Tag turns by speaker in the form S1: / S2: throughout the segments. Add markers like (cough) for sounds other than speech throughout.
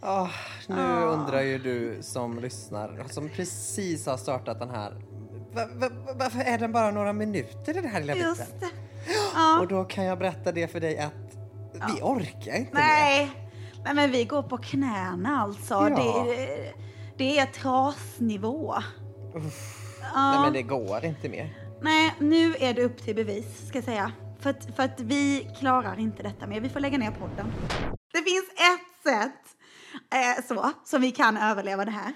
S1: Ah, nu undrar ju du som lyssnar, alltså, som precis har startat den här. Va, va, va- varför är den bara några minuter i den här lilla biten?
S2: Just det. Ja.
S1: Och då kan jag berätta det för dig att vi orkar inte mer.
S2: Nej. Nej, men vi går på knäna alltså.
S1: Ja.
S2: Det, är- det är trasnivå. Ja.
S1: Nej men det går inte mer.
S2: Nej, nu är det upp till bevis ska jag säga. För att, för att vi klarar inte detta mer. Vi får lägga ner podden. Det finns ett sätt eh, så, som vi kan överleva det här.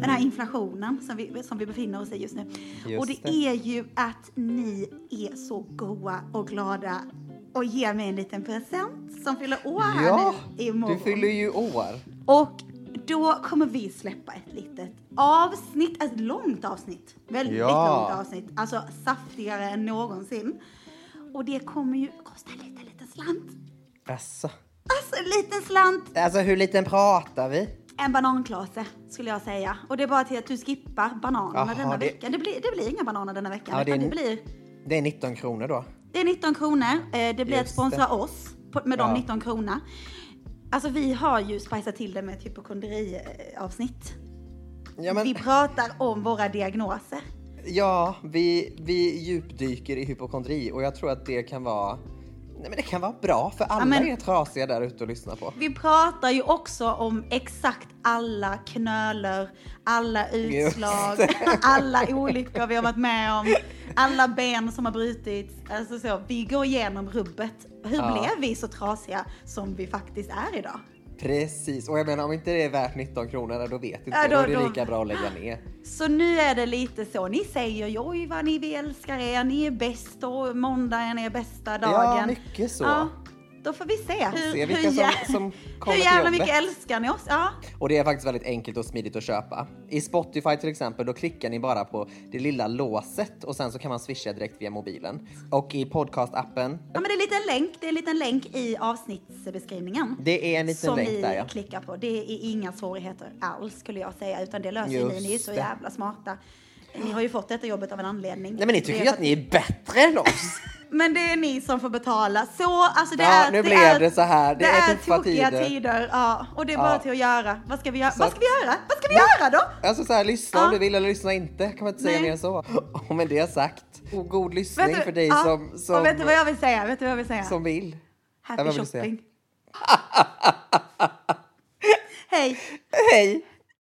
S2: Den här inflationen som vi, som vi befinner oss i just nu.
S1: Just
S2: och det,
S1: det.
S2: är ju att ni är så goa och glada och ger mig en liten present som fyller år här
S1: Ja,
S2: nu imorgon.
S1: du fyller ju år.
S2: Och då kommer vi släppa ett litet avsnitt, ett långt avsnitt. Väldigt
S1: Ja.
S2: långt avsnitt. Alltså saftigare än någonsin. Och det kommer ju kosta en liten, liten slant.
S1: Alltså.
S2: Alltså en liten slant.
S1: alltså hur liten pratar vi?
S2: En bananklase skulle jag säga. Och det är bara till att du skippar bananerna
S1: Jaha,
S2: denna
S1: det-
S2: veckan. Det blir, det blir inga bananer denna veckan.
S1: Ja, det
S2: det,
S1: är-
S2: det, blir,
S1: Det är 19 kronor då.
S2: det är 19 kronor. Eh, Det blir att
S1: Just
S2: sponsra oss på- med de
S1: Ja.
S2: 19 kronorna. Alltså vi har ju spajsat till det med ett eh, hypokondriavsnitt.
S1: Ja, men,
S2: Vi pratar om våra diagnoser.
S1: ja vi, vi djupdyker i hypokondri och jag tror att det kan vara Nej, men det kan vara bra för alla
S2: men-
S1: är trasiga där ute och lyssnar på.
S2: Vi pratar ju också om exakt alla knöler, alla utslag,
S1: (laughs)
S2: alla olyckor vi har varit med om, alla ben som har brutits. Alltså så, vi går igenom rubbet. Hur
S1: Ja.
S2: blev vi så trasiga som vi faktiskt är idag?
S1: Precis, och jag menar om inte det är värt 19 kronor då vet inte
S2: Ja,
S1: jag. Då,
S2: Äh, då-
S1: är det
S2: då-
S1: lika bra att lägga ner.
S2: Så nu är det lite så, ni säger ju oj vad ni vi älskar er, ni är bäst och måndagen är bästa dagen.
S1: Ja, mycket så.
S2: Ja, då får vi se hur,
S1: Se vilka
S2: hur,
S1: som,
S2: jä-
S1: som
S2: (laughs) hur
S1: kommer till
S2: jävla
S1: jobbet.
S2: mycket älskar ni oss. Ja.
S1: Och det är faktiskt väldigt enkelt och smidigt att köpa. I Spotify till exempel, då klickar ni bara på det lilla låset och sen så kan man swisha direkt via mobilen. Och i podcastappen,
S2: Ja, men det är en liten länk, det är en liten länk i avsnittsbeskrivningen.
S1: det är en liten
S2: som
S1: länk
S2: ni
S1: där ja.
S2: klickar på. Det är inga svårigheter alls skulle jag säga, utan det löser ju
S1: Just
S2: ni. Ni är så
S1: det.
S2: jävla smarta. Ni har ju fått detta jobbet av en anledning.
S1: Nej men ni
S2: Det
S1: tycker
S2: är
S1: ju
S2: för
S1: att ni är bättre än oss!
S2: Men det är ni som får betala. Så, alltså det
S1: Ja,
S2: är...
S1: nu
S2: det
S1: blev
S2: är,
S1: det så här. Det
S2: det
S1: är
S2: är
S1: tuffa
S2: tokiga
S1: tider.
S2: tider. Ja, och det är bara
S1: Ja.
S2: till att göra. Vad ska vi göra?
S1: Så
S2: Vad
S1: att-
S2: ska vi göra? Vad ska vi göra då?
S1: Alltså såhär, lyssna
S2: Ja.
S1: om du vill eller lyssna inte, kan man inte säga
S2: Nej.
S1: mer än så. Och med det sagt, och god lyssning
S2: Vet du-
S1: för dig
S2: ja,
S1: som,
S2: och vet du
S1: som,
S2: vad jag vill säga? Vet du vad jag vill säga?
S1: som vill. Ja,
S2: Happy
S1: vad vill du säga?
S2: shopping. (laughs) Hej!
S1: Hej!